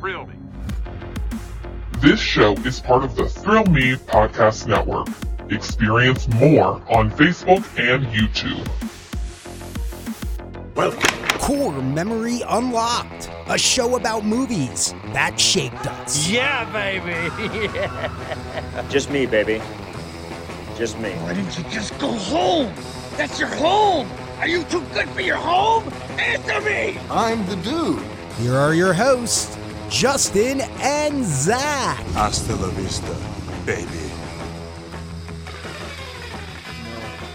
Thrill me. This show is part of the Thrill Me Podcast Network. Experience more on Facebook and YouTube. Core Memory Unlocked, a show about movies that shaped us. Yeah, baby. Just me, baby. Just me. Why didn't you just go home? That's your home! Are you too good for your home? Answer me! I'm the dude. Here are your hosts, Justin and Zach. Hasta la vista, baby.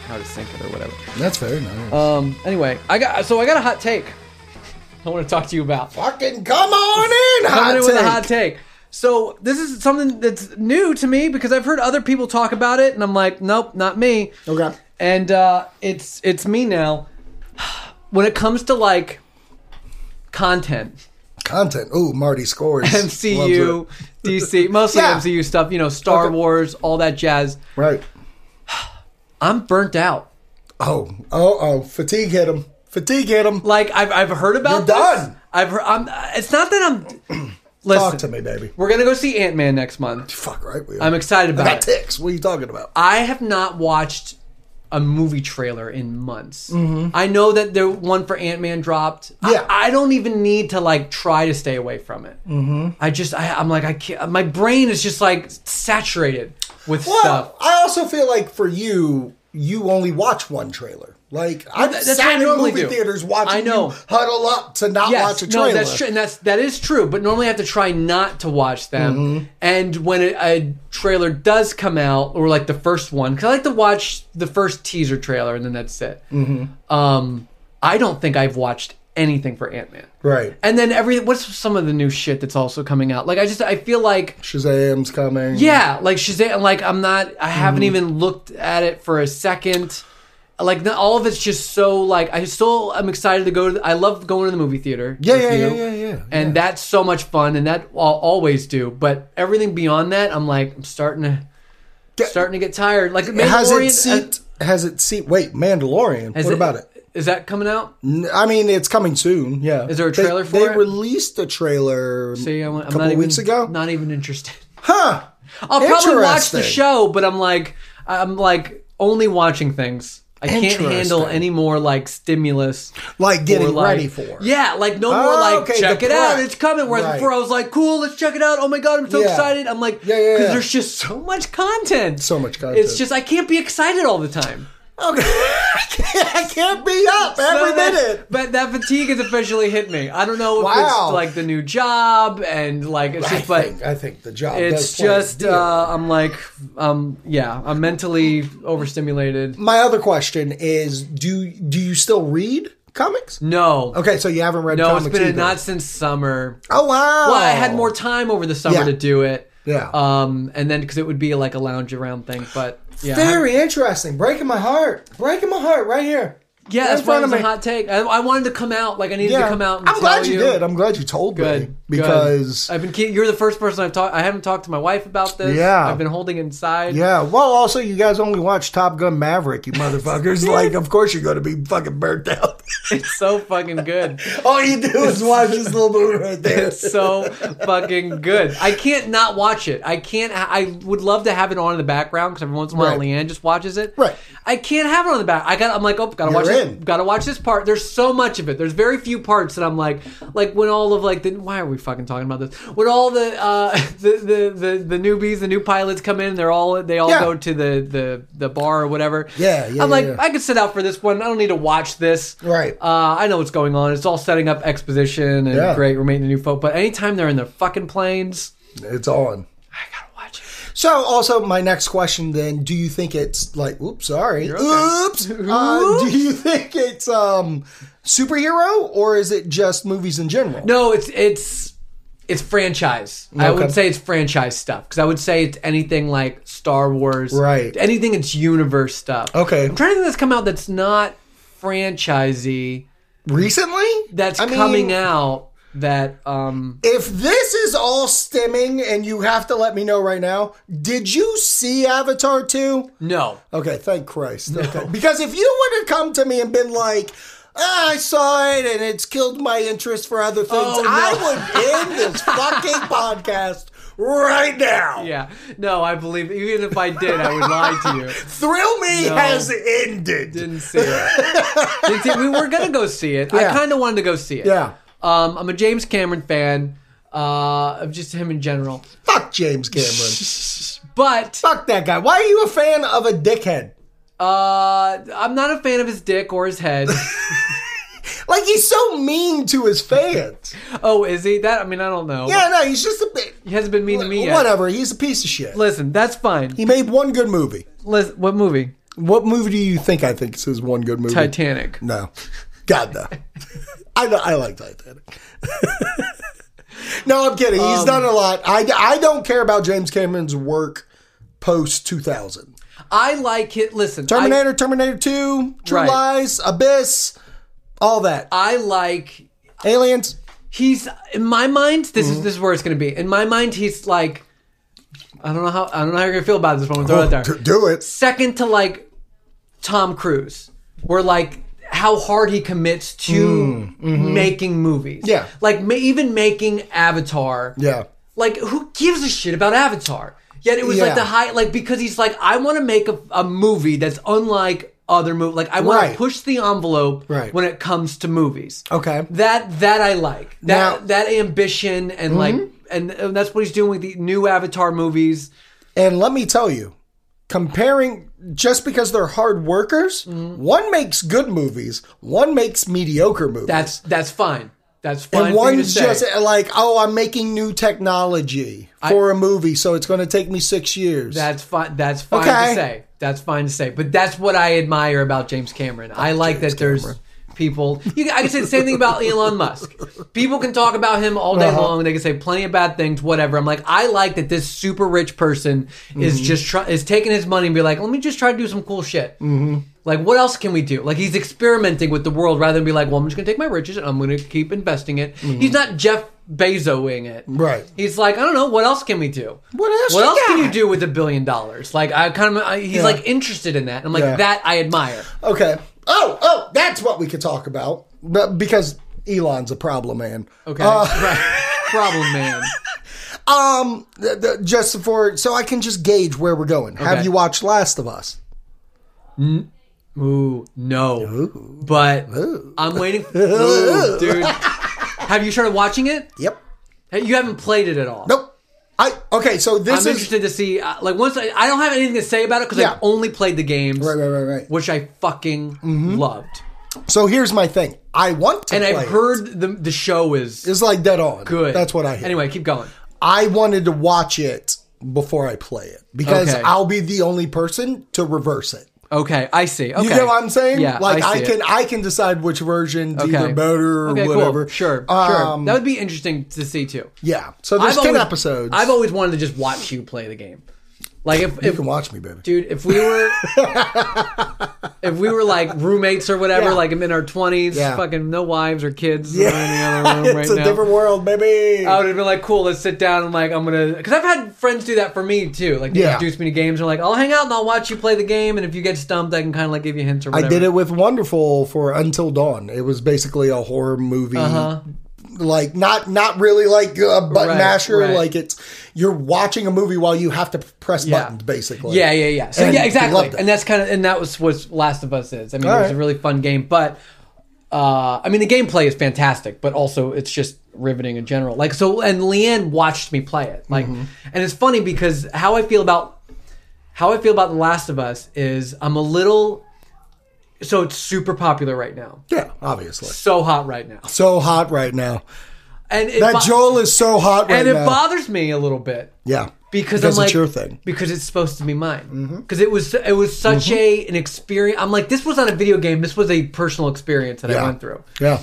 how to sync it or whatever. That's very nice. Um. Anyway, I got so I got a hot take. I want to talk to you about Fucking come on in, coming hot in with a hot take. take. So this is something that's new to me because I've heard other people talk about it, and I'm like, nope, not me. Okay. And uh, it's it's me now. When it comes to like content, Content. Ooh, Marty scores. MCU, Loves DC, mostly Yeah. MCU stuff, you know, Star Okay. Wars, all that jazz. it. Right. I'm burnt out. Oh, oh, oh. Fatigue hit him. Fatigue hit him. Like I've I've heard about You're this. done. I've heard. I'm. It's not that I'm. Talk listen, to me, baby. We're gonna go see Ant Man next month. Fuck right. We are. I'm excited I about got it. ticks. What are you talking about? I have not watched a movie trailer in months. I know that there one for Ant Man dropped. I- Mm-hmm. Yeah. I, don't even need to like try to stay away from it. Mm-hmm. I just I, I'm like I can't. My brain is just like saturated with Well, stuff. I also feel like for you, you only watch one trailer. Like I've Th- sat in normally movie do. theaters watching I know. you huddle up to not watch Yes, a no, trailer. that's true, and that's that is true. But normally, I have to try not to watch them. Mm-hmm. And when a, a trailer does come out, or like the first one, because I like to watch the first teaser trailer, and then that's it. Mm-hmm. Um, I don't think I've watched anything for Ant Man. Right. And then every what's some of the new shit that's also coming out? Like I just I feel like Shazam's coming. yeah, like Shazam. Like I'm not. I haven't Mm-hmm. even looked at it for a second. Like the, all of it's just so like I still I'm excited to go. to the, I love going to the movie theater. Yeah, with yeah, you. yeah, yeah, yeah, And yeah. that's so much fun, and that I'll always do. But everything beyond that, I'm like I'm starting to starting to get tired. Like Mandalorian uh, Has it seat? Has it seat? Wait, Mandalorian. has What about it? Is that coming out? N- I mean, it's coming soon. Yeah. Is there a They- trailer for they it? released a trailer See, a I'm, I'm couple not weeks even, ago. Not even interested. huh. I'll probably watch the Interesting. show, but I'm like, I'm like only watching things. I can't handle Interesting. any more like stimulus. Like or, getting like- ready for. it. Yeah, like no Oh, more like okay, check the it out, prep. it's coming. Whereas Right. before I was like, cool, let's check it out. Oh my god, I'm so Yeah. excited. I'm like, Yeah, yeah, yeah. there's just so much content. So much content. It's just I can't be excited all the time. Okay. I can't- I can't be up every So that- minute. But that fatigue has officially hit me. I don't know if Wow. it's like the new job and like it's I just but think, I think the job. does it's play a just deal. uh, I'm like um yeah I'm mentally overstimulated. My other question is: Do do you still read comics? No, Okay, so you haven't read Mm. no, comics it's been a either. not since summer. oh wow! Well, I had more time over the summer Oh. Yeah. to do it. Yeah. Um, and then because it would be like a lounge around thing, but yeah, Very interesting. Breaking my heart. Breaking my heart right here. yeah, right that's in why it front of was a me. hot take. I, I wanted to come out, like I needed to come out. And I'm glad tell you, did. I'm glad you told Good, me good. because I've been. ke- You're the first person I've talked. I haven't talked to my wife about this. Yeah. I've been holding inside. yeah. Well, also you guys only watch Top Gun Maverick, you motherfuckers. like, of course you're gonna be fucking burnt out. it's so fucking good. All you do is watch this little movie right there. It's so fucking good. I can't not watch it. I can't. I would love to have it on in the background because every once in a while Right. Leanne just watches it. Right. I can't have it on the back. I got. I'm like, oh, gotta watch You're this. in. Gotta watch this part. There's so much of it. There's very few parts that I'm like, like when all of like, the, why are we fucking talking about this? When all the uh the, the the the newbies, the new pilots come in, they're all they all Yeah. go to the the the bar or whatever. Yeah, yeah, I'm like, yeah. I could sit out for this one. I don't need to watch this. Right. Uh, I know what's going on. It's all setting up exposition and Yeah. great. We're making a new folk. But anytime they're in their fucking planes, It's on. I gotta watch it. So, also, my next question then: Do you think it's like, oops, sorry, okay. oops? Uh, do you think it's um superhero or is it just movies in general? No, it's it's it's franchise. I Okay. would say it's franchise stuff because I would say it's anything like Star Wars, Right. Anything it's universe stuff. Okay. I'm trying to think that's come out that's not franchisey Recently, that's I mean, coming out that um If this is all stemming, and you have to let me know right now, did you see Avatar 2? no Okay, thank Christ. Okay. Because if you would have come to me and been like, "Ah, I saw it and it's killed my interest for other things. Oh, no. I would end this fucking podcast right now. Yeah. No, I believe even if I did, I would lie to you. Thrill Me No. has ended. Didn't see it. Didn't see it. We were gonna go see it. Yeah. I kind of wanted to go see it. Yeah. Um, I'm a James Cameron fan, uh, of just him in general. Fuck James Cameron. But Fuck that guy. Why are you a fan of a dickhead? uh, I'm not a fan of his dick or his head. Like he's so mean to his fans. oh, is he? That I mean, I don't know. Yeah, no, he's just a bit. He hasn't been mean to me yet. Whatever. He's a piece of shit. Listen, that's fine. He made one good movie. Listen, what movie? What movie do you think I think is his one good movie? Titanic. No, God no. I know- I like Titanic. no, I'm kidding. Um, He's done a lot. I I don't care about James Cameron's work post 2000. I like it. Listen, I- Terminator, Terminator 2, True Right. Lies, Abyss, all that. I like Aliens. he's in my mind. This Mm-hmm. is this is where it's going to be. In my mind, he's like, I don't know how I don't know how you're going to feel about this, but I'm going to throw it out there. D- do it. Second to like Tom Cruise, where like how hard he commits to making movies. Mm, mm-hmm. Yeah. like ma- even making Avatar. Yeah. Like, who gives a shit about Avatar? Yet it was Yeah. like the high, like because he's like, I want to make a, a movie that's unlike other movies. Like, I want Right. to push the envelope Right. when it comes to movies. Okay. that that I like that Now- Mm-hmm. that ambition and like and, and that's what he's doing with the new Avatar movies. And let me tell you, comparing just because they're hard workers, Mm-hmm. one makes good movies, one makes mediocre movies. That's that's fine. That's fine. and for you to one's say. just like, oh, I'm making new technology for a movie, so it's going to take me six years. That's fine. That's fine Okay. to say. That's fine to say. But that's what I admire about James Cameron. I like that there's people. You, can- I can say the same thing about Elon Musk. People can talk about him all day Uh-huh. long. They can say plenty of bad things, whatever. I'm like, I like that this super rich person Mm-hmm. is just try, is taking his money and be like, let me just try to do some cool shit. Mm-hmm. Like, what else can we do? Like, he's experimenting with the world rather than be like, well, I'm just gonna take my riches and I'm gonna keep investing it. He's not Jeff Bezoing it. Mm-hmm. Right. He's like, I don't know, what else can we do? What else What you else can got? you do with a billion dollars? Like I kind of, I, he's Yeah. like interested in that. I'm like Yeah. that I admire. okay. Oh, oh, that's what we could talk about, but because Elon's a problem man. Okay, right. Uh, problem man. Um, th- th- just for so I can just gauge where we're going. Have Okay. you watched Last of Us? Ooh, no. But I'm waiting. Ooh, dude, have you started watching it? Yep. Hey, You haven't played it at all. Nope. I okay. So I'm this is interested to see. Uh, like once I, I don't have anything to say about it because Yeah. I've only played the games, right, right, right, right. which I fucking loved. So here's my thing. I want to. And play I've it. heard the the show is it's like dead on. good. That's what I hear. Anyway, keep going. I wanted to watch it before I play it because Okay. I'll be the only person to reverse it. Okay, I see. Okay. You get what I'm saying? Yeah, like I, see it. can I can decide which version's either better or Okay, cool. whatever. Sure, Um, sure. That would be interesting to see too. yeah. So there's I've ten always- episodes. I've always wanted to just watch you play the game. Like if, you if can watch me, baby. dude, if we were if we were like roommates or whatever, Yeah. like I'm in our twenties, Yeah. fucking no wives or kids or Yeah. any other room it's right now. a Oh, different world, baby. I would have been like, cool, let's sit down and like I'm gonna because I've had friends do that for me too. Like they Yeah. introduce me to games and like I'll hang out and I'll watch you play the game and if you get stumped, I can kind of like give you hints or I whatever. did it with Wonderful for Until Dawn. It was basically a horror movie. Like not not really like a button Uh-huh. Right, masher. right. Like it's you're watching a movie while you have to press Yeah. buttons, basically. Yeah, yeah, yeah. So And yeah, loved exactly. it. And that's kind of and that was what Last of Us is. I mean, All it was right. a really fun game, but uh, I mean, the gameplay is fantastic, but also it's just riveting in general. Like so, and Leanne watched me play it. Like, Mm-hmm. and it's funny because how I feel about how I feel about The Last of Us is I'm a little. So it's super popular right now. Yeah, obviously. So hot right now, So hot right now. and it That bo- Joel is so hot right and it now. bothers me a little bit. yeah. because, Because I'm like it's your thing. Mm-hmm. because it's supposed to be mine because it was it was such a an experience. I'm like this was not a video game. This was a personal experience that I Yeah. went through. Yeah.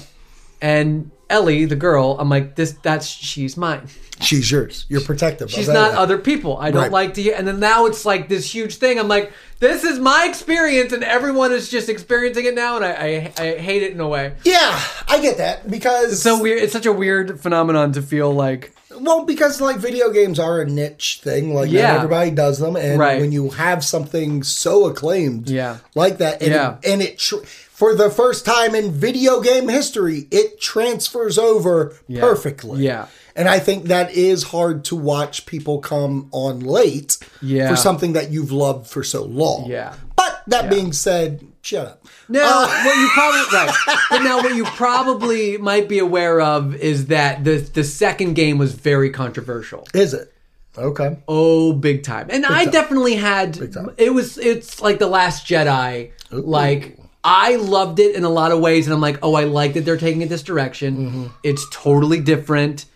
And Ellie, the girl, I'm like this. That's she's mine. She's yours. You're protective. She's of not that. other people. I don't Right. like to. hear And then now it's like this huge thing. I'm like this is my experience, and everyone is just experiencing it now, and I I, I hate it in a way. Yeah, I get that because So weird. It's such a weird phenomenon to feel like. Well, because like video games are a niche thing, like not Yeah. everybody does them, and Right. when you have something so acclaimed, Yeah. like that, and Yeah. it, and it tr- for the first time in video game history, it transfers over perfectly. Yeah. And I think that is hard to watch people come on late Yeah. for something that you've loved for so long. Yeah. But that being said, shut up. Now, what you probably right, but now what you probably might be aware of is that the the second game was very controversial. Is it? Okay. Oh, big time! And I definitely had it was it's like the Last Jedi. Like I loved it in a lot of ways, and I'm like, oh, I like that they're taking it this direction. Mm-hmm. It's totally different.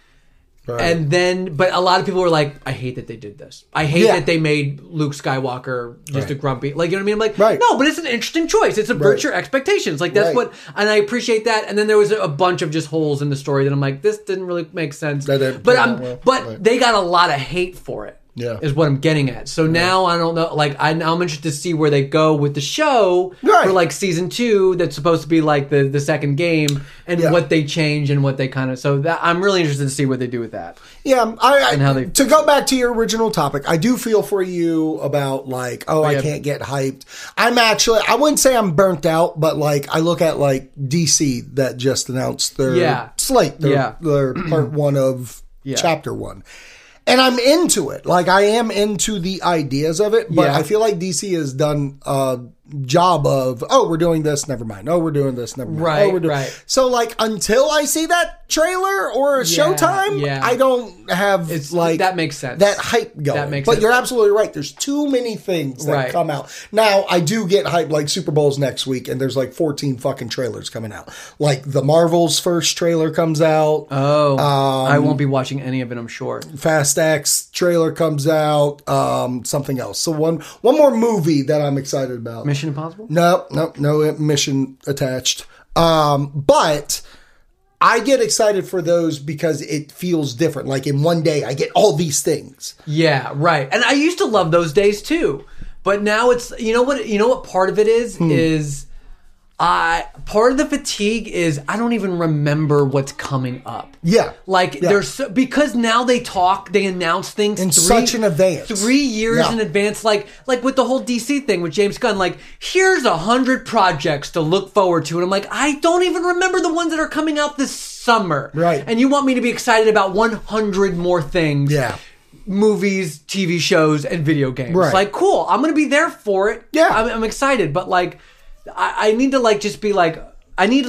And then, but a lot of people were like, I hate that they did this. I hate Yeah. that they made Luke Skywalker just a grumpy, like, you know what I mean? I'm like, Right. no, but it's an interesting choice. It's subverts your expectations. Like, that's Right. what, and I appreciate that. And then there was a, a bunch of just holes in the story that I'm like, this didn't really make sense. That didn't but turn I'm, out well. but Right. they got a lot of hate for it. Yeah. Is what I'm getting at. So now I don't know, like, I, now I'm interested to see where they go with the show Right. for like season two that's supposed to be like the, the second game and Yeah. what they change and what they kind of, so that I'm really interested to see what they do with that. Yeah, I, I how they- to go back to your original topic. I do feel for you about like, oh, I yeah. can't get hyped. I'm actually, I wouldn't say I'm burnt out, but like, I look at like DC that just announced their Yeah. slate, their, Yeah. their part one of chapter one, and I'm into it. Like, I am into the ideas of it, but Yeah. I feel like DC has done a job of, oh, we're doing this, never mind. Oh, we're doing this, never mind. Right, oh, we're doing. right. So like, until I see that trailer or Showtime, yeah. I don't have It's- like that makes sense. that hype going. That makes but sense. you're absolutely right. There's too many things that Right. come out now. I do get hype like Super Bowl's next week, and there's like 14 fucking trailers coming out. Like the Marvels first trailer comes out, Oh, I um, won't be watching any of it, I'm sure. Fast X trailer comes out, um, something else. So one one more movie that I'm excited about. Mission Impossible? No, no, no mission attached. Um, but I get excited for those because it feels different. Like in one day, I get all these things. Yeah, right. And I used to love those days too. But now it's you know what you know what part of it is Hmm. is I part of the fatigue is I don't even remember what's coming up. Yeah, Like Yeah. there's so, because now they talk, they announce things In three- such an advance. three years Yeah. in advance. Like like with the whole DC thing with James Gunn, like here's a hundred projects to look forward to, and I'm like, I don't even remember the ones that are coming out this summer. Right. And you want me to be excited about 100 more things? Yeah. movies, TV shows, and video games. Right. Like, cool. I'm gonna be there for it. Yeah. I'm, I'm excited. But like, I, I need to like just be like, I need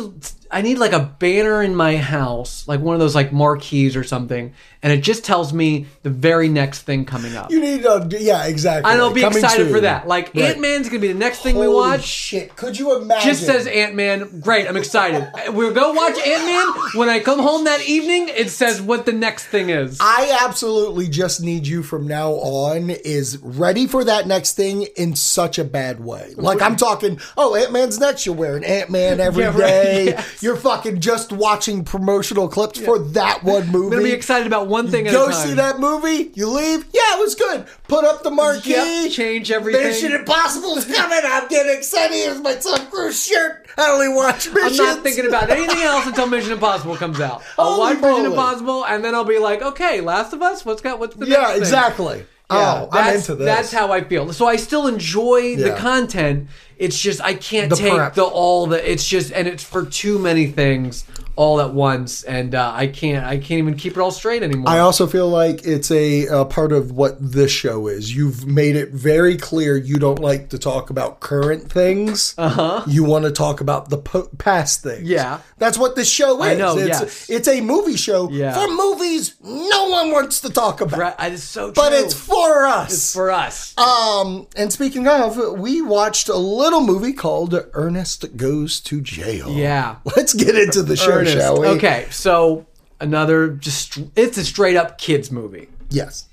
I need like a banner in my house, like one of those like marquees or something, and it just tells me the very next thing coming up. You need to, yeah, exactly. and I'll be Coming excited soon. for that. Like Right. Ant Man's gonna be the next thing Holy we watch. Shit, could you imagine? Just says Ant Man. Great, I'm excited. We'll go watch Ant Man. When I come home that evening, it says what the next thing is. I absolutely just need you from now on is ready for that next thing in such a bad way. Like I'm talking, oh, Ant Man's next. You're wearing Ant Man every Yeah, right, day. yes. You're fucking just watching promotional clips for that one movie. I'm gonna be excited about one thing at a Go time. see that movie. You leave. Yeah, it was good. Put up the marquee. Yep, change everything. Mission Impossible is coming. I'm getting excited. Here's my Tom Cruise shirt. I only watch I'm missions. not thinking about anything else until Mission Impossible comes out. I'll Holy watch Mission moly. Impossible, and then I'll be like, okay, Last of Us. What's got? What's the next Yeah, thing? exactly. Yeah, oh, I'm that's- into this. That's how I feel. So I still enjoy the Yeah. content. It's just I can't The take prep. the all the. It's just and it's for too many things all at once, and uh, I can't. I can't even keep it all straight anymore. I also feel like it's a, uh part of what this show is. You've made it very clear you don't like to talk about current things. Uh-huh. You want to talk about the po- past things. Yeah. That's what this show is. I know, it's, yes. it's a movie show Yeah. for movies no one wants to talk about. Right, I- it's so true. But it's for us. for us. um, and speaking of, we watched a little movie called Ernest Goes to Jail. yeah. Let's get into the show, Ernest. shall we? Okay, so another just it's a straight up kids movie. Yes.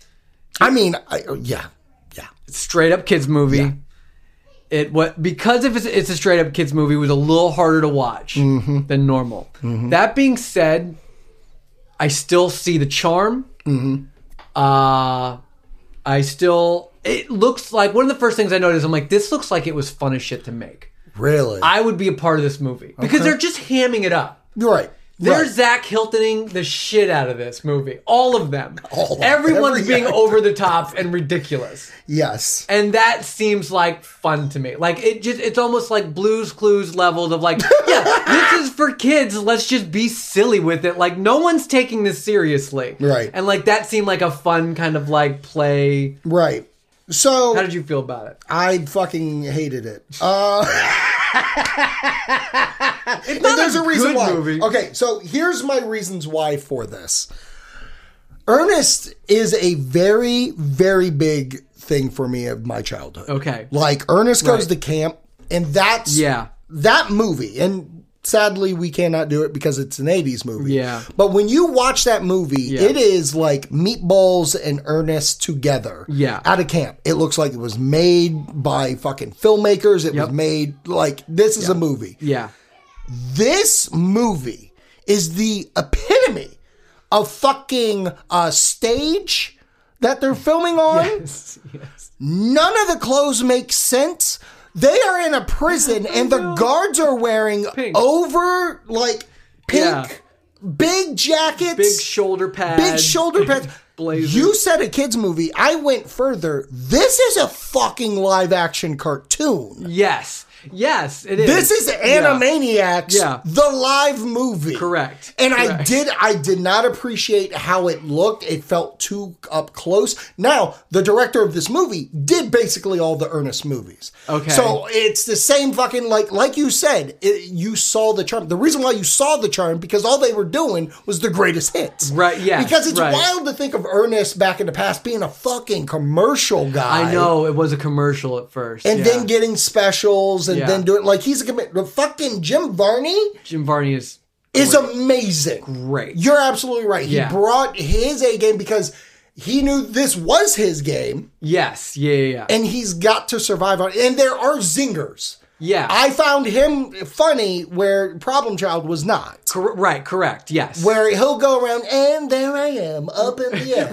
I mean, I, yeah. Yeah. straight up kids movie. It what because if it's, it's a straight up kids movie, it was a little harder to watch Mm-hmm. than normal. That being said, I still see the charm. Mm-hmm. Uh, I still it looks like one of the first things I noticed. I'm like, this looks like it was fun as shit to make. Really? I would be a part of this movie because they're just hamming it up. You're right. They're Right. Zach Hiltoning the shit out of this movie. All of them. All of them. Everyone's Every being actor. over the top and ridiculous. Yes. And that seems like fun to me. Like it just it's almost like blues clues levels of like, yeah, this is for kids. Let's just be silly with it. Like no one's taking this seriously. Right. And like that seemed like a fun kind of like play. Right. So How did you feel about it? I fucking hated it. Uh, It's not there's a, reason good why. movie. Okay, so here's my reasons why for this. Ernest is a very, very big thing for me of my childhood. Okay. Like Ernest goes Right. to camp, and that's Yeah. that movie. And sadly, we cannot do it because it's an '80s movie. Yeah. But when you watch that movie, it is like meatballs and Ernest together. Yeah. At a camp, it looks like it was made by fucking filmmakers. It Yep. was made like this is a movie Yeah. this movie is the epitome of fucking uh, stage that they're filming on. Yes. None of the clothes make sense. They are in a prison and the guards are wearing Pink. over like pink Yeah. big jackets. Big shoulder pads. Big shoulder pads. Blazers. You said a kids movie. I went further. This is a fucking live action cartoon. Yes. Yes, it is. This is Animaniacs, Yeah. the live movie. Correct. And I Correct. did I did not appreciate how it looked. It felt too up close. Now, the director of this movie did basically all the Ernest movies. Okay. So it's the same fucking like like you said, it, you saw the charm. The reason why you saw the charm because all they were doing was the greatest hits. Right, yes, Because it's right. wild to think of Ernest back in the past being a fucking commercial guy. I know it was a commercial at first. And yeah. then getting specials and Yeah. then doing like he's a commit- the fucking Jim Varney Jim Varney is is amazing. great. You're absolutely right. He Yeah. brought his A game because he knew this was his game yes, yeah, yeah, yeah. and he's got to survive on and there are zingers. yeah. I found him funny where Problem Child was not. Cor- right, correct. Yes. Where he'll go around and there I am up in the air.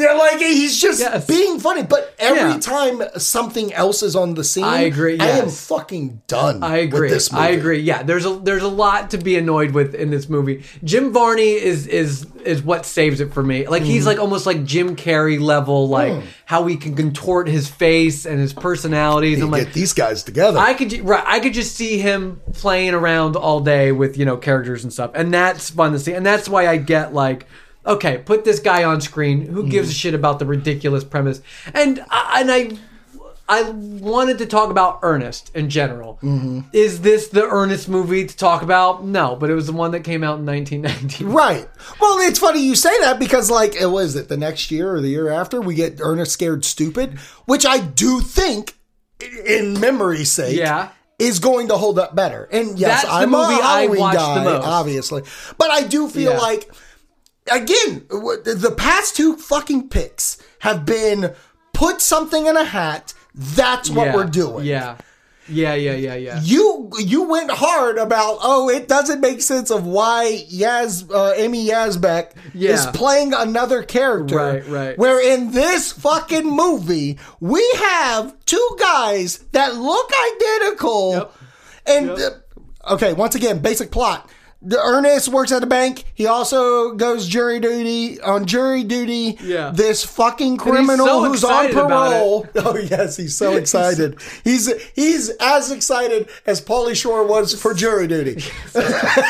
Uh, Like he's just Yes. being funny, but every Yeah. time something else is on the scene, I agree, I am yes. fucking done. I agree. With this movie. I agree. Yeah, there's a there's a lot to be annoyed with in this movie. Jim Varney is is is what saves it for me. Like he's Mm-hmm. like almost like Jim Carrey level, like Hmm. how he can contort his face and his personalities. I'm Get like, these guys together. I could ju- right, I could just see him playing around all day with you know characters and stuff, and that's fun to see, and that's why I get like, okay, put this guy on screen. Who Mm-hmm. gives a shit about the ridiculous premise? And I, and I. I wanted to talk about Ernest in general. Mm-hmm. Is this the Ernest movie to talk about? No, but it was the one that came out in 1990. Right. Well, it's funny you say that because, like, it was it the next year or the year after we get Ernest Scared Stupid, which I do think, i- in memory's sake, Yeah. is going to hold up better. And yes, That's the I'm movie a I Halloween watched guy, the most. obviously, but I do feel Yeah. like, again, w- the past two fucking picks have been put something in a hat. That's what Yeah, we're doing. Yeah. Yeah, yeah, yeah, yeah. You you went hard about oh it doesn't make sense of why Yaz uh, Amy Yazbek Yeah. is playing another character Right, right. where in this fucking movie we have two guys that look identical Yep. and uh, okay once again basic plot the Ernest works at a bank he also goes jury duty on jury duty Yeah. this fucking he's criminal so who's on excited about it. parole Oh yes, he's so excited. He's he's as excited as Pauly Shore was for jury duty. Is that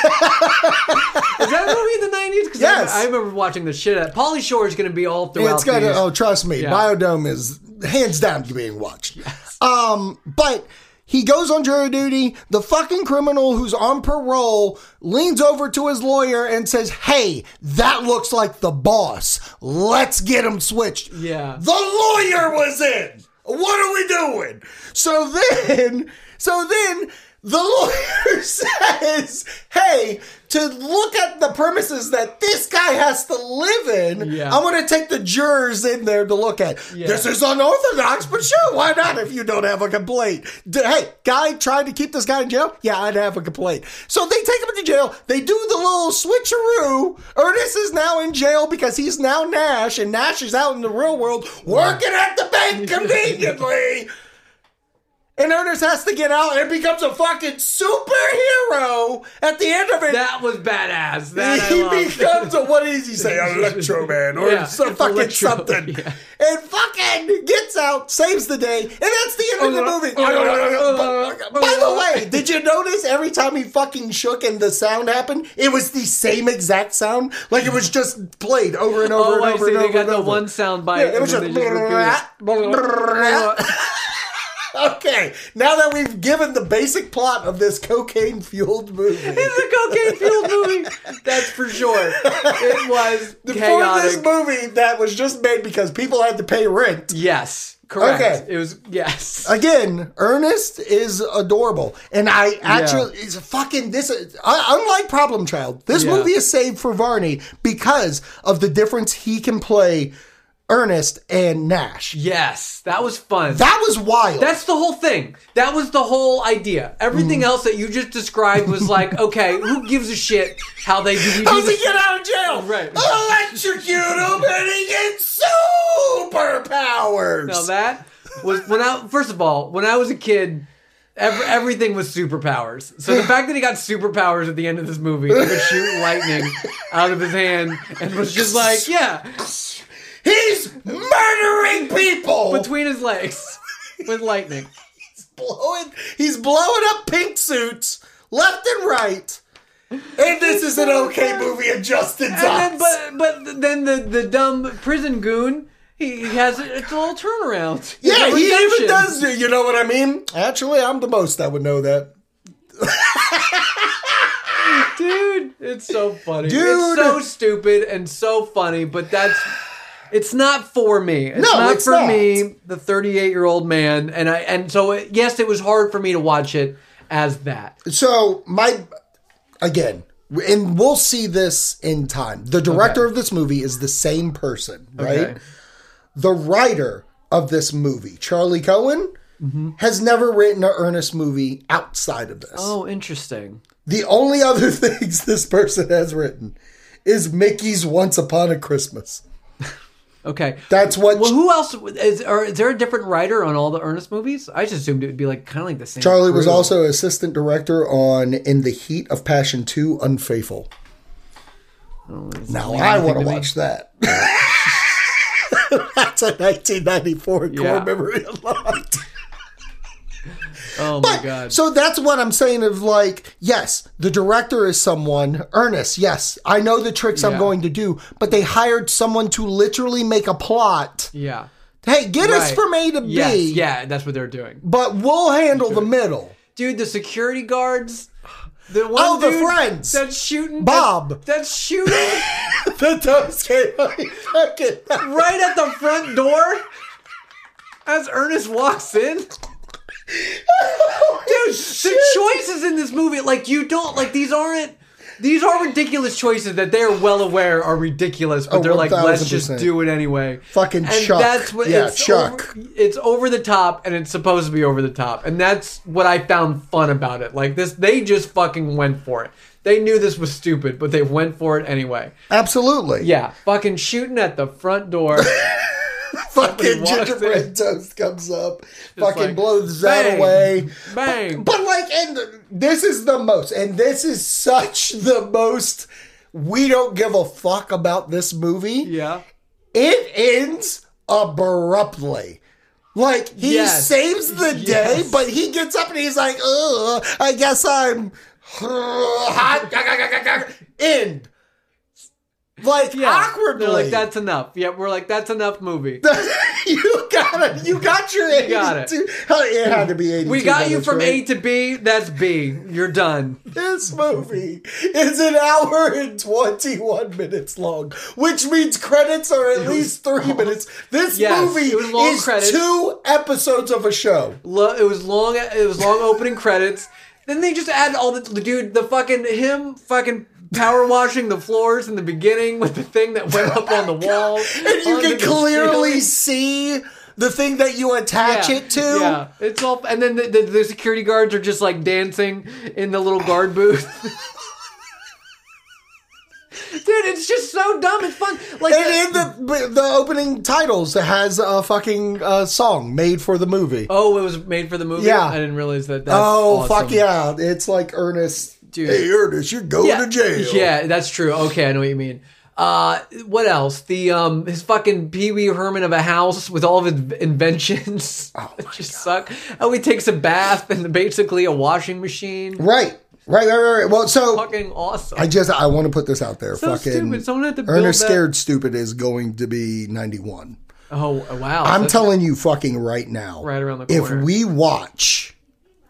a movie in the nineties? Because Yes. I, remember watching the shit out. Polly Shore is going to be all throughout. It's gonna these. oh trust me, Yeah. Biodome is hands down being watched. Um but he goes on jury duty. The fucking criminal who's on parole leans over to his lawyer and says, Hey, that looks like the boss. Let's get him switched. Yeah. The lawyer was in. What are we doing? So then, so then the lawyer says, hey, to look at the premises that this guy has to live in, Yeah. I'm going to take the jurors in there to look at. This is unorthodox, but sure, why not if you don't have a complaint? D- hey, guy tried to keep this guy in jail? Yeah, I'd have a complaint. So they take him to jail. They do the little switcheroo. Ernest is now in jail because he's now Nash, and Nash is out in the real world working at the bank conveniently. And Ernest has to get out and becomes a fucking superhero at the end of it. That was badass. That I he loved. becomes a what does he say? Electro Man or Yeah, some fucking Electro, something. yeah. And fucking gets out, saves the day, and that's the end of the movie. Oh, By the way, did you notice every time he fucking shook and the sound happened, it was the same exact sound? Like it was just played over and over Oh, and I over see. and They over. got and the over. one sound Yeah, bite. it and was then just. they repeat it. Okay, now that we've given the basic plot of this cocaine fueled movie. It's a cocaine fueled movie. That's for sure. It was for this chaotic. movie that was just made because people had to pay rent. Yes, correct. Okay. It was yes. Again, Ernest is adorable, and I actually is fucking this. is- I, unlike Problem Child, this Yeah. movie is saved for Varney because of the difference he can play Ernest and Nash. yes, that was fun. That was wild. That's the whole thing. That was the whole idea. Mm. Everything else that you just described was like, okay, who gives a shit how they do? You How do does he the- get out of jail? Right. Electrocute him and he gets superpowers. Now that was when I first of all, when I was a kid, ev- everything was superpowers. So the fact that he got superpowers at the end of this movie, he could shoot lightning out of his hand, and was just like, yeah, He's murdering people. between his legs with lightning. blowing he's blowing up pink suits left and right. And this is an okay movie of Justin And then, Dots. but but then the the dumb prison goon. He has it's a little turnaround. yeah, Like he redemption. even does do, you know what I mean? Actually, I'm the most that would know that. dude. It's so funny. Dude. It's so stupid and so funny, but that's it's not for me. It's No, not it's for not. me, the 38 year old man. And I and so it, yes, it was hard for me to watch it as that. So my again, and we'll see this in time. The director of this movie is the same person, right? Okay. The writer of this movie, Charlie Cohen, has never written an Ernest movie outside of this. Mm-hmm. Oh, interesting. The only other things this person has written is Mickey's Once Upon a Christmas. Okay. That's what well, who else is? Or is there a different writer on all the Ernest movies? I just assumed it would be like kind of like the same. Charlie was crew. also assistant director on In the Heat of Passion 2 Unfaithful. Oh, Now I want to watch that. That's a 1994 Yeah. core memory unlocked. Oh my god. So that's what I'm saying of like, yes, the director is someone, Ernest, yes, I know the tricks I'm Yeah. going to do, but they hired someone to literally make a plot. yeah. Hey, get us Right. from A to B. Yes, yeah, that's what they're doing. But we'll handle the middle. dude, the security guards. The one Oh, the dude friends. that's shooting Bob. That's, that's shooting the toast came out. He fucking- right at the front door as Ernest walks in. Dude, the choices in this movie, like you don't like these aren't these are ridiculous choices that they're well aware are ridiculous, but Oh, they're like, let's just 1000%. do it anyway. Fucking and Chuck. That's what Yeah, it's Chuck. Over, it's over the top and it's supposed to be over the top. And that's what I found fun about it. Like this they just fucking went for it. They knew this was stupid, but they went for it anyway. Absolutely. Yeah, fucking shooting at the front door. Fucking walks gingerbread in. toast comes up. fucking like, blows that bang, away. bang. But like, and the- this is the most, and this is such the most. We don't give a fuck about this movie. yeah. it ends abruptly. Like he Yes. saves the day, Yes. but he gets up and he's like, "Ugh, I guess I'm hot." End. Like Yeah. awkwardly. They're like, that's enough. Yeah, we're like, that's enough movie. you got it. You got your eighty-two. got it. It had to be eighty-two. We got you minutes, from right? A to B, that's B. You're done. This movie is an hour and 21 minutes long, which means credits are at least three minutes. This Yes, movie it was long is credits. two episodes of a show. Lo- it was long it was long opening credits. Then they just add all the the dude, the fucking him fucking power washing the floors in the beginning with the thing that went up on the wall. And you onto can the clearly ceiling. see the thing that you attach it to. Yeah, it's all, and then the, the, the security guards are just like dancing in the little guard booth. Dude, it's just so dumb. It's fun. Like And in the the opening titles has a fucking uh, song made for the movie. Oh, Oh, it was made for the movie. Yeah. Oh, I didn't realize that. That's fuck awesome. yeah! It's like Ernest. Dude. Hey Ernest, you're going to jail. Yeah, that's true. Okay, I know what you mean. Uh, what else? The um, his fucking Pee Wee Herman of a house with all of his inventions just suck. Oh, he takes a bath and basically a washing machine. Right. Right. Right. Right. right. Well, so Fucking awesome. I just I want to put this out there. so fucking stupid. Someone had to build Ernest that- Scared Stupid is going to be 91. Oh wow! I'm That's- telling you fucking right now. Right around the corner. If we watch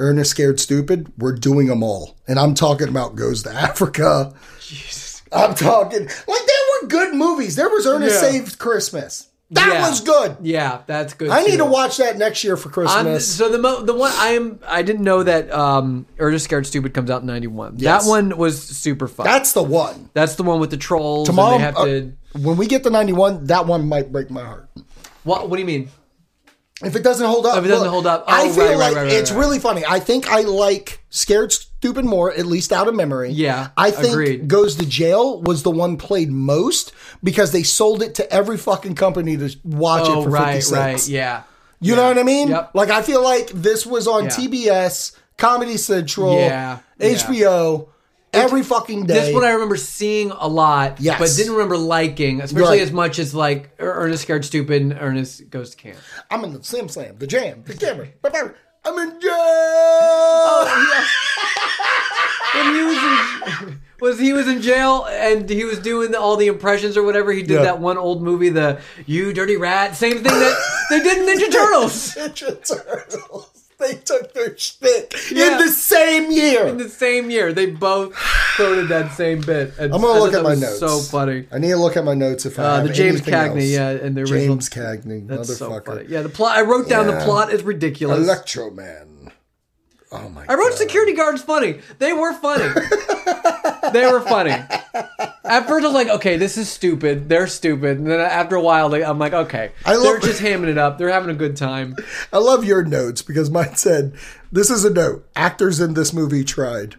Ernest Scared Stupid, we're doing them all. And I'm talking about Goes to Africa. Jesus. I'm talking like they were good movies. There was Ernest Yeah. Saved Christmas. That Yeah. was good. Yeah, that's good. I need too. to watch that next year for I'm- Christmas. so the mo- the one I am I didn't know that um Ernest Scared Stupid comes out in '91. Yes. That one was super fun. That's the one. That's the one with the trolls. Tomorrow, and they have uh, to. when we get to 91, that one might break my heart. What, what do you mean? If it doesn't hold up, If it doesn't hold up. I Oh, feel right, right, like right, right, it's right. really funny. I think I like Scared Stupid more, at least out of memory. Yeah, I think agreed. Goes to Jail was the one played most because they sold it to every fucking company to watch it Oh, for right, 50 right, cents. yeah. You know what I mean? Yep. Like I feel like this was on Yeah. TBS, Comedy Central, Yeah, yeah. HBO every fucking day. This one I remember seeing a lot, Yes. but didn't remember liking, especially Right. as much as like Er- Ernest Scared Stupid and Ernest Goes to Camp. I'm in the Slim Slam, the Jam, the camera. ba-ba, I'm in Oh, jail. When he was in, was he was in jail and he was doing all the impressions or whatever. He did Yeah. that one old movie, the You Dirty Rat, same thing that they did in Ninja Turtles. Ninja Turtles. They took their shtick Yeah. in the same year. In the same year, they both quoted that same bit. And I'm gonna I look thought that at my was notes. So funny. I need to look at my notes if I Uh, have the James anything Cagney, else. yeah, and the original- James Cagney, That's so funny. motherfucker, Yeah, the plot. I wrote down the Yeah. plot is ridiculous. Electro Man. Oh my! I wrote God. security guards funny. They were funny. they were funny. At first, I was like, okay, this is stupid. They're stupid. And then after a while, they, I'm like, okay, I they're love- just hamming it up. They're having a good time. I love your notes because mine said, "This is a note. Actors in this movie tried."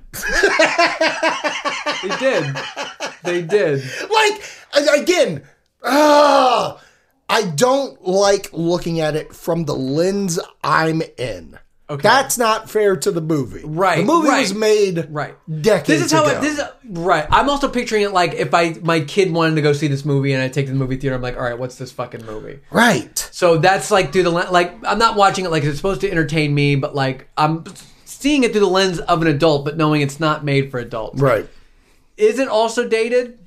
They did. They did. like a- again, ah, I don't like looking at it from the lens I'm in. Okay. That's not fair to the movie. Right, The movie right, was made Right. decades This is how ago. I, this is right. I'm also picturing it like if I my kid wanted to go see this movie and I take it to the movie theater. I'm like, all right, what's this fucking movie? right. So that's like through the lens. Like I'm not watching it like it's supposed to entertain me, but like I'm seeing it through the lens of an adult, but knowing it's not made for adults. Right. Is it also dated?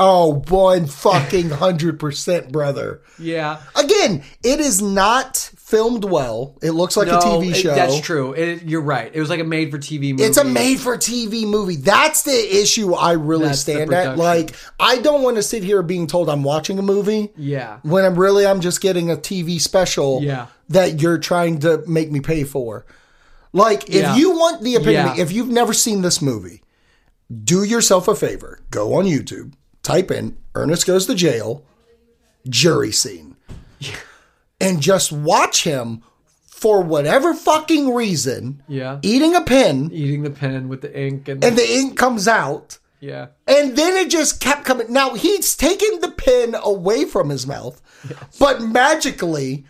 Oh, one fucking hundred percent, brother. Yeah. Again, it is not filmed well. It looks like a TV it- show. that's true. It, you're right. It was like a made for TV movie. It's a made for TV movie. That's the issue I really That's the stand at. production. Like, I don't want to sit here being told I'm watching a movie. Yeah. When I'm really, I'm just getting a TV special Yeah. that you're trying to make me pay for. Like, if Yeah. you want the opinion, Yeah. if you've never seen this movie, do yourself a favor. Go on YouTube, type in Ernest Goes to Jail, jury scene, and just watch him for whatever fucking reason Yeah. eating a pen Eating the pen with the ink and, E- and the ink comes out. yeah. And then it just kept coming. Now he's taken the pen away from his mouth, but magically,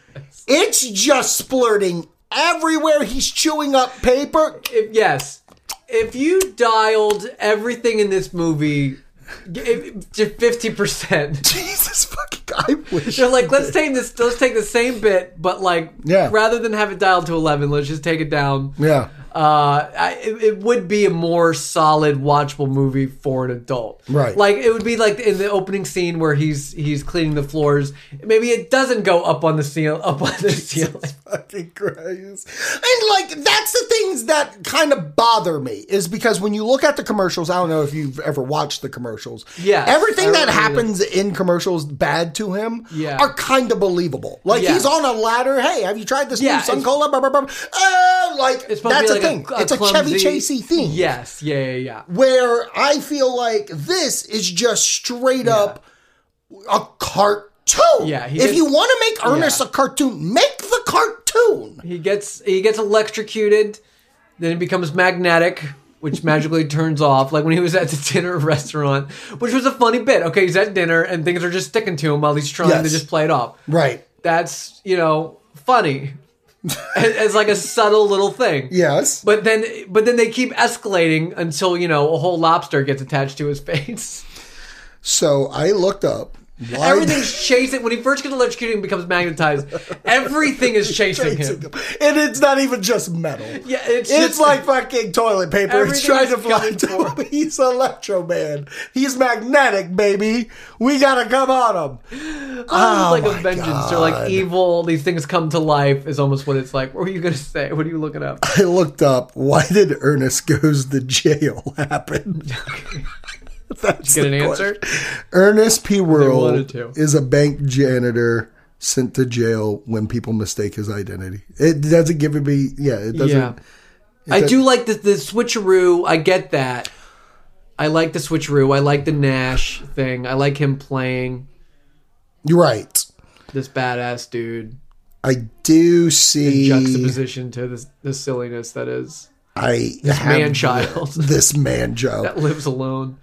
it's just splurting everywhere. He's chewing up paper. If, yes. If you dialed everything in this movie if- to fifty percent, Jesus fucking! I wish. They're like, let's take this, let's take the same bit, but like, Yeah. rather than have it dialed to eleven, let's just take it down. Yeah. Uh, I, it, it would be a more solid, watchable movie for an adult. Right. Like it would be like in the opening scene where he's he's cleaning the floors. Maybe it doesn't go up on the ceiling, up on the ceiling. fucking Christ. And like that's the things that kind of bother me is because when you look at the commercials, I don't know if you've ever watched the commercials. Yes, I Everything that remember happens in commercials bad to him Yeah. are kind of believable. Like Yeah. he's on a ladder. Hey, have you tried this Yeah, new Sun it's- Cola? Blah, blah, blah. Uh, like It's supposed to that's be a like thing. it's a Chevy clumsy- Chasey thing. Yes. Yeah. Yeah. Yeah. Where I feel like this is just straight up a cartoon. Yeah, he If did- you want to make Ernest Yeah. a cartoon, make the cartoon. He gets he gets electrocuted, then he becomes magnetic. which magically turns off, like when he was at the dinner restaurant, which was a funny bit. Okay, he's at dinner and things are just sticking to him while he's trying to Yes. just play it off. Right. That's, you know, funny. it's like a subtle little thing. Yes. But then, but then they keep escalating until you know a whole lobster gets attached to his face. So I looked up why Everything's chasing when he first gets electrocuted and becomes magnetized. Everything is chasing chasing him. them. And it's not even just metal. Yeah, it's It's just- like fucking toilet paper. Everything It's trying is to fly gone to him. He's Electro Man. He's magnetic, baby. We gotta come on him. Oh, it's Oh, like my a vengeance or like evil. These things come to life is almost what it's like. What were you gonna say? What are you looking up? I looked up why did Ernest goes to jail happen. That's Get an the answer? question. Ernest P. wanted World to. is a bank janitor sent to jail when people mistake his identity. It doesn't give me. Yeah, it doesn't. Yeah, I do like the the switcheroo. I get that. I like the switcheroo. I like the Nash thing. I like him playing You're right. this badass dude. I do in see juxtaposition to this, the silliness that is I have man child this man Joe. that lives alone.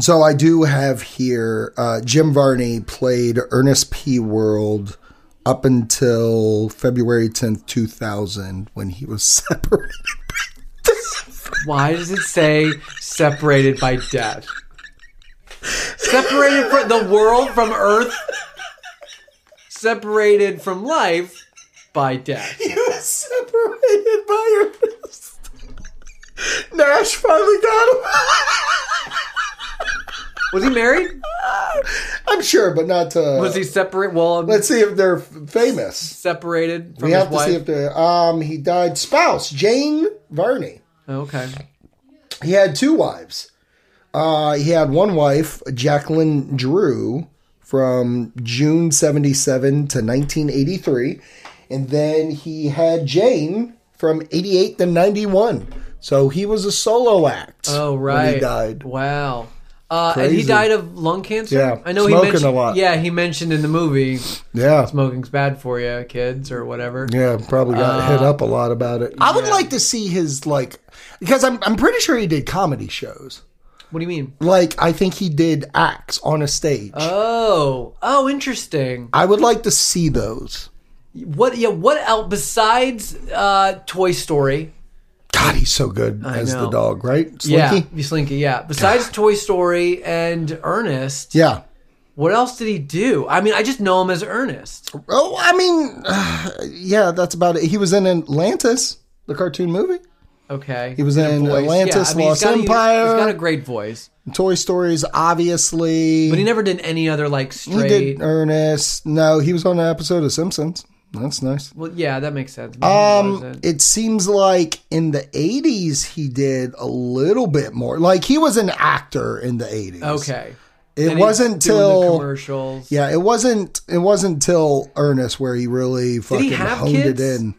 So I do have here uh, Jim Varney played Ernest P. World up until February 10th, 2000 when he was separated. Why does it say separated by death? Separated from the world from Earth. Separated from life by death. He was separated by Ernest. Nash finally got him. Was he married? I'm sure, but not to. Was he separate? Well, Let's see if they're f- famous. separated from We his have to wife. see if they're. Um, he died. Spouse Jane Varney. Oh, okay. He had two wives. Uh, he had one wife, Jacqueline Drew, from June 77 to 1983. And then he had Jane from 88 to 91. So he was a solo act. Oh When right. he died. Wow. Uh, and he Crazy. died of lung cancer. Yeah, I know he smoking mentioned a lot. Yeah, he mentioned in the movie Yeah. smoking's bad for you, kids, or whatever. Yeah, probably got Uh, hit up a lot about it. I would like to see his, like, because I'm, I'm pretty sure he did comedy shows. What do you mean? Like, I think he did acts on a stage. Oh, oh, interesting. I would like to see those. What? Yeah. What else besides uh, Toy Story? God, he's so good as know. the dog, right? Yeah, Slinky? you Slinky. Yeah. Besides Toy Story and Ernest, Yeah. what else did he do? I mean, I just know him as Ernest. Oh, I mean, yeah, that's about it. He was in Atlantis, the cartoon movie. Okay. He was in Voice. Atlantis, Yeah, I mean, he's Lost got a- Empire, he's got a great voice, Toy Stories, obviously. but he never did any other like He straight. did Ernest. No, he was on an episode of Simpsons. That's nice. Well, yeah, that makes sense. Maybe he Um, wasn't. it seems like in the '80s he did a little bit more. Like he was an actor in the '80s. okay. it And he's wasn't doing the till commercials. yeah, it wasn't it wasn't till Ernest where he really fucking have honed kids? it in.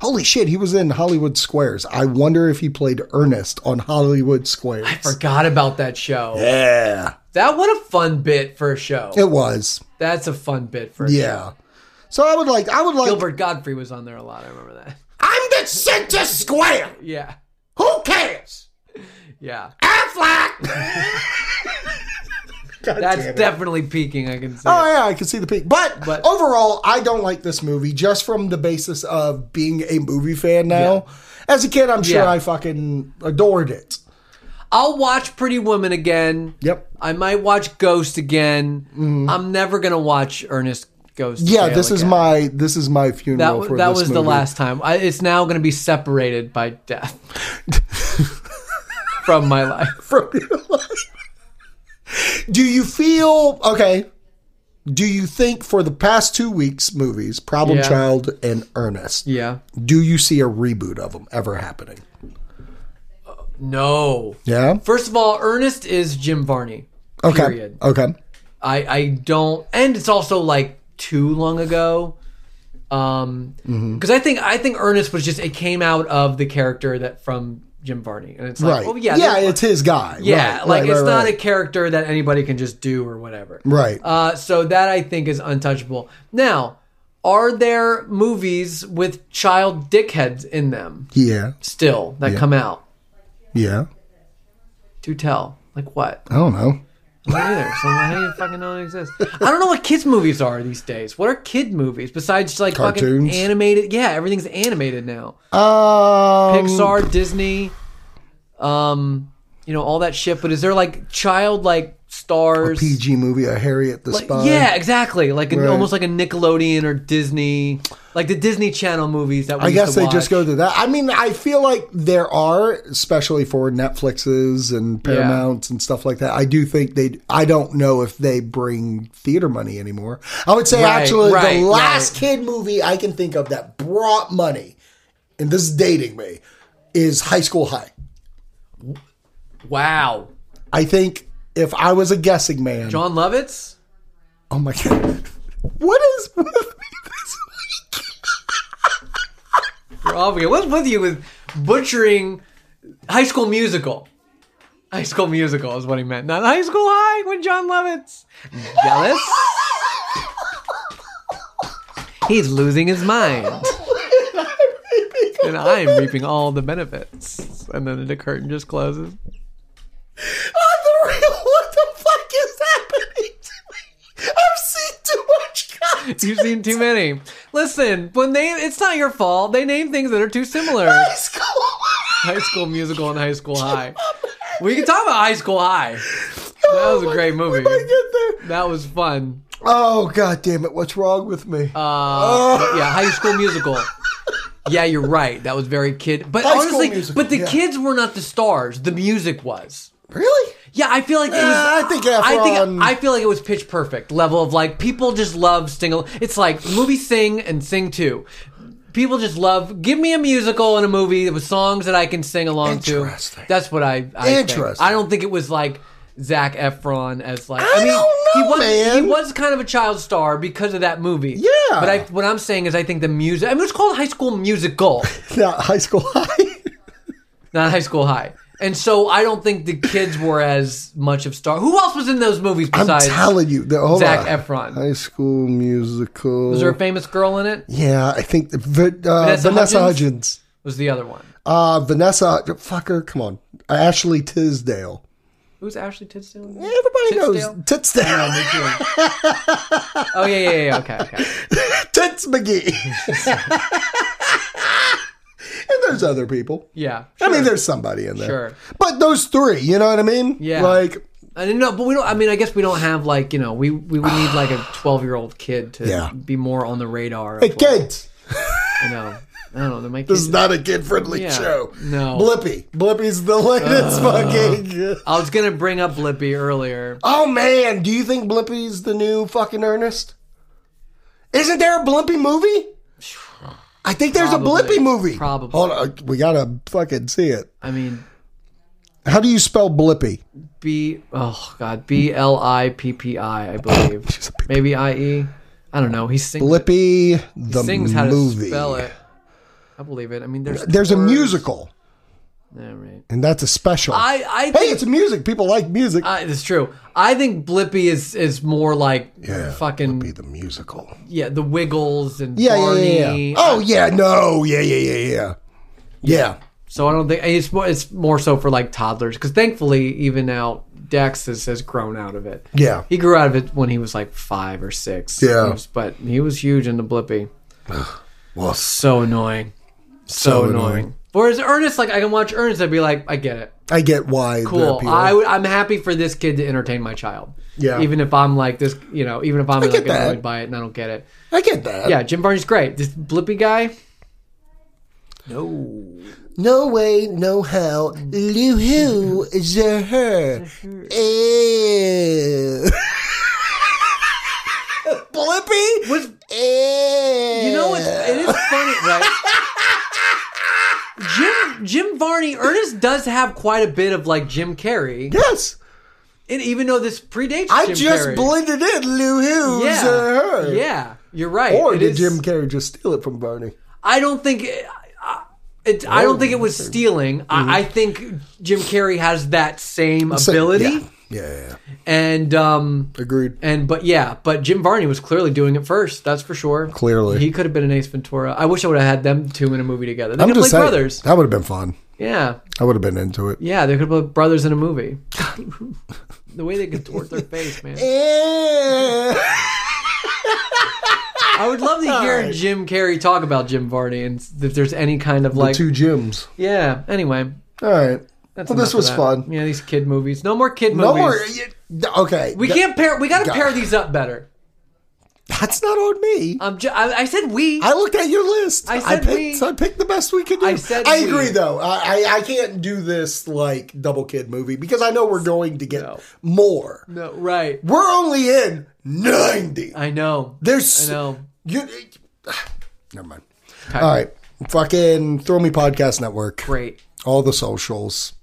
Holy shit, he was in Hollywood Squares. I wonder if he played Ernest on Hollywood Squares. Forgot about that show. yeah, That what a fun bit for a show. it was. That's a fun bit for a show. Yeah. So I would like, I would like. Gilbert Godfrey was on there a lot. I remember that. I'm the center square. Yeah, Who cares? yeah. Affleck. That's definitely peaking. I can see. Oh it. yeah, I can see the peak. But, But- overall, I don't like this movie just from the basis of being a movie fan now. As a kid, I'm sure Yeah. I fucking adored it. I'll watch Pretty Woman again. Yep. I might watch Ghost again. I'm never gonna watch Ernest Ghost. to Mm-hmm. Yeah, Jail this is again. my this is my That, funeral w- for that this was the movie. last time. I, it's now going to be separated by death from my life. from your life. Do you feel okay? Do you think for the past two weeks' movies, Problem Yeah. Child and Ernest, Yeah. do you see a reboot of them ever happening? No. Yeah. First of all, Ernest is Jim Varney. Okay. Period. Okay. I I don't, and it's also like too long ago. Um, Mm-hmm. because I think I think Ernest was just it came out of the character that from Jim Varney, and it's like, Right. oh yeah, Yeah, this- it's his guy. yeah, Right, like right, it's right, not a right. character that anybody can just do or whatever. Right. Uh, so that I think is untouchable. Now, are there movies with child dickheads in them yeah. still that Yeah. come out? Yeah. Do tell. Like what? I don't know. I don't either. So I'm like, how do you fucking know it exists? I don't know what kids movies are these days. What are kid movies besides like Cartoons. fucking animated? Yeah, everything's animated now. Um, Pixar, Disney, um, you know all that shit. But is there like child like stars? PG movie, a Harriet the Like, Spy. yeah, exactly. Like an, Right. almost like a Nickelodeon or Disney, like the Disney Channel movies that we I used guess to they just go watch. to that. I mean, I feel like there are, especially for Netflixes and Paramounts and stuff like that. I do think they. I don't know if they bring theater money anymore. I would say Right, actually right, the last right. kid movie I can think of that brought money, and this is dating me, is High School High. Wow, I think if I was a guessing man, John Lovitz. oh my god, what is with me this week? We're all- What's with you with butchering High School Musical? High School Musical is what he meant, not High School High with John Lovitz. Jealous? He's losing his mind. And I'm reaping all the benefits. And then the curtain just closes. on the real, what the fuck is happening to me? I've seen too much content. You've seen too many. Listen, when they it's not your fault. They name things that are too similar. High school. High School Musical and High School High. We can talk about High School High. That Oh was a great movie. I get there. That was fun. Oh god damn it! What's wrong with me? Uh, yeah, High School Musical. Yeah, you're right. That was very kid. But High School honestly, Musical, but the yeah. kids were not the stars. The music was. really? Yeah, I feel like it was. Yeah, I think Efron. I think I feel like it was pitch perfect level of like people just love sing. It's like movie Sing and Sing Two. People just love. Give me a musical and a movie with songs that I can sing along Interesting. to. That's what I. I think. Interesting. I don't think it was like Zach Efron as like. I, I mean, don't know, he was man. he was kind of a child star because of that movie. Yeah. But I, what I'm saying is, I think the music. I mean, it's called High School Musical Not high school high. not high school high. And so I don't think the kids were as much of star. Who else was in those movies I'm besides? telling you, the, hold Zac on. Efron. High School Musical. Was there a famous girl in it? yeah, I think the, the, uh, Vanessa Hudgens? Vanessa, Hudgens. Was the other one? Uh, Vanessa, fucker, come on. Ashley Tisdale. Who's Ashley Tisdale? in it? Everybody knows Titsdale. Oh yeah, yeah, yeah. Okay, okay. Tits McGee. and there's other people. Yeah. I mean, sure. there's somebody in there. Sure. But those three, you know what I mean? Yeah. Like, I didn't know, but we don't. I mean, I guess we don't have like you know, we we would need like a twelve year old kid to Yeah. be more on the radar. of, hey, like, kids, I know. I don't know. There might this is not a kid friendly Yeah. show. No. Uh. Blippy. Blippy's the latest fucking. I was gonna bring up Blippi earlier. Oh, man. Do you think Blippy's the new fucking Ernest? Isn't there a Blimpy movie? I think there's Probably. a Blimpy movie. Probably. Hold on. We got to fucking see it. I mean, How do you spell Blippy? B oh god B L I P P I I believe maybe I E I don't know he sings Blippy the sings how movie. to spell it I believe it I mean there's There's a words. musical, yeah, right. and that's a special. I I hey, think it's music. People like music. I, it's true I think Blippy is is more like Yeah, fucking Be the musical. yeah the Wiggles and Yeah, yeah, Barney yeah, yeah. Oh yeah, no, yeah, yeah, yeah, yeah, yeah. so I don't think it's more it's more so for like toddlers because thankfully even now Dex has, has grown out of it Yeah. he grew out of it when he was like five or six Yeah. but he was huge into Blippy. Well, So annoying. So, So annoying. annoying. Whereas Ernest, like I can watch Ernest, I'd be like, I get it. I get why. the Cool. appeal. I would, I'm happy for this kid to entertain my child. Yeah. Even if I'm like this, you know, even if I'm like get that. annoyed by it and I don't get it. I get that. Yeah, Jim Varney's great. This blippy guy. No way, no how. Lou who the her. Eh. Ew. Blippy Was Ew. eh. you know it's, it is funny, right? Jim Jim Varney, Ernest does have quite a bit of like Jim Carrey, Yes. and even though this predates I Jim just Carrey. blended in Lou Who's yeah, her. yeah, you're right. Or It did is- Jim Carrey just steal it from Barney? I don't think it, I- it, I don't think it Oh. was stealing. I, I Mm-hmm. think Jim Carrey has that same So- ability, Yeah, yeah, yeah. and um, Agreed. and but yeah, but Jim Varney was clearly doing it first. That's for sure. Clearly. he could have been an Ace Ventura. I wish I would have had them two in a movie together. They could play saying, brothers. That would have been fun. Yeah, I would have been into it. yeah, they could have put brothers in a movie. the way they contort their face, man. I would love to hear Jim Carrey talk about Jim Varney and if there's any kind of like, Two gyms. yeah. Anyway, All right. well, enough this of was that. fun. Yeah, these kid movies. No more kid No movies. more. you- Okay. We Th- can't pair. We got to God. pair these up better. That's not on me. Um, ju- I, I said we. I looked at your list. I said we- picked, I picked the best we could do. I said I we. agree, though. I, I I can't do this like double kid movie because I know we're going to get No. more. no, right. We're only in ninety. I know. There's I know. You, never mind. All right, fucking throw me podcast network. Great. all the socials.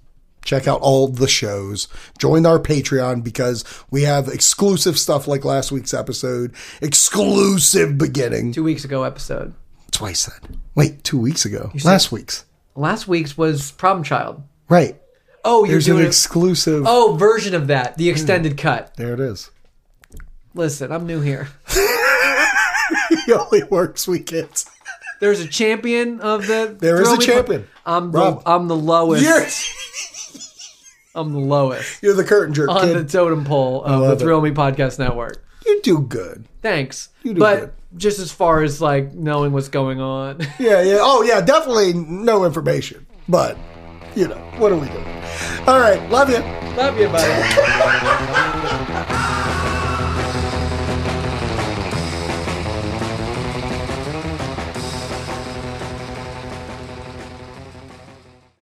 Check out all the shows. Join our Patreon because we have exclusive stuff like last week's episode, exclusive beginning. Two weeks ago episode. That's what I said. Wait, two weeks ago. Last week's. Last week's was Problem Child. Right. Oh, you're There's an Hmm. doing a- exclusive. oh version of that, the extended cut. There it is. Listen, I'm new here. He only works weekends. There's a champion of the. There is throw a me- champion. I'm the, Rob. I'm the lowest. You're, I'm the lowest you're the curtain jerk on the kid. totem pole of the love it. Thrill Me Podcast Network. you do good. Thanks, do but good. just as far as like knowing what's going on, Yeah, yeah. Oh, yeah. Definitely no information. But, you know, what are we doing? All right. Love you. love you, buddy.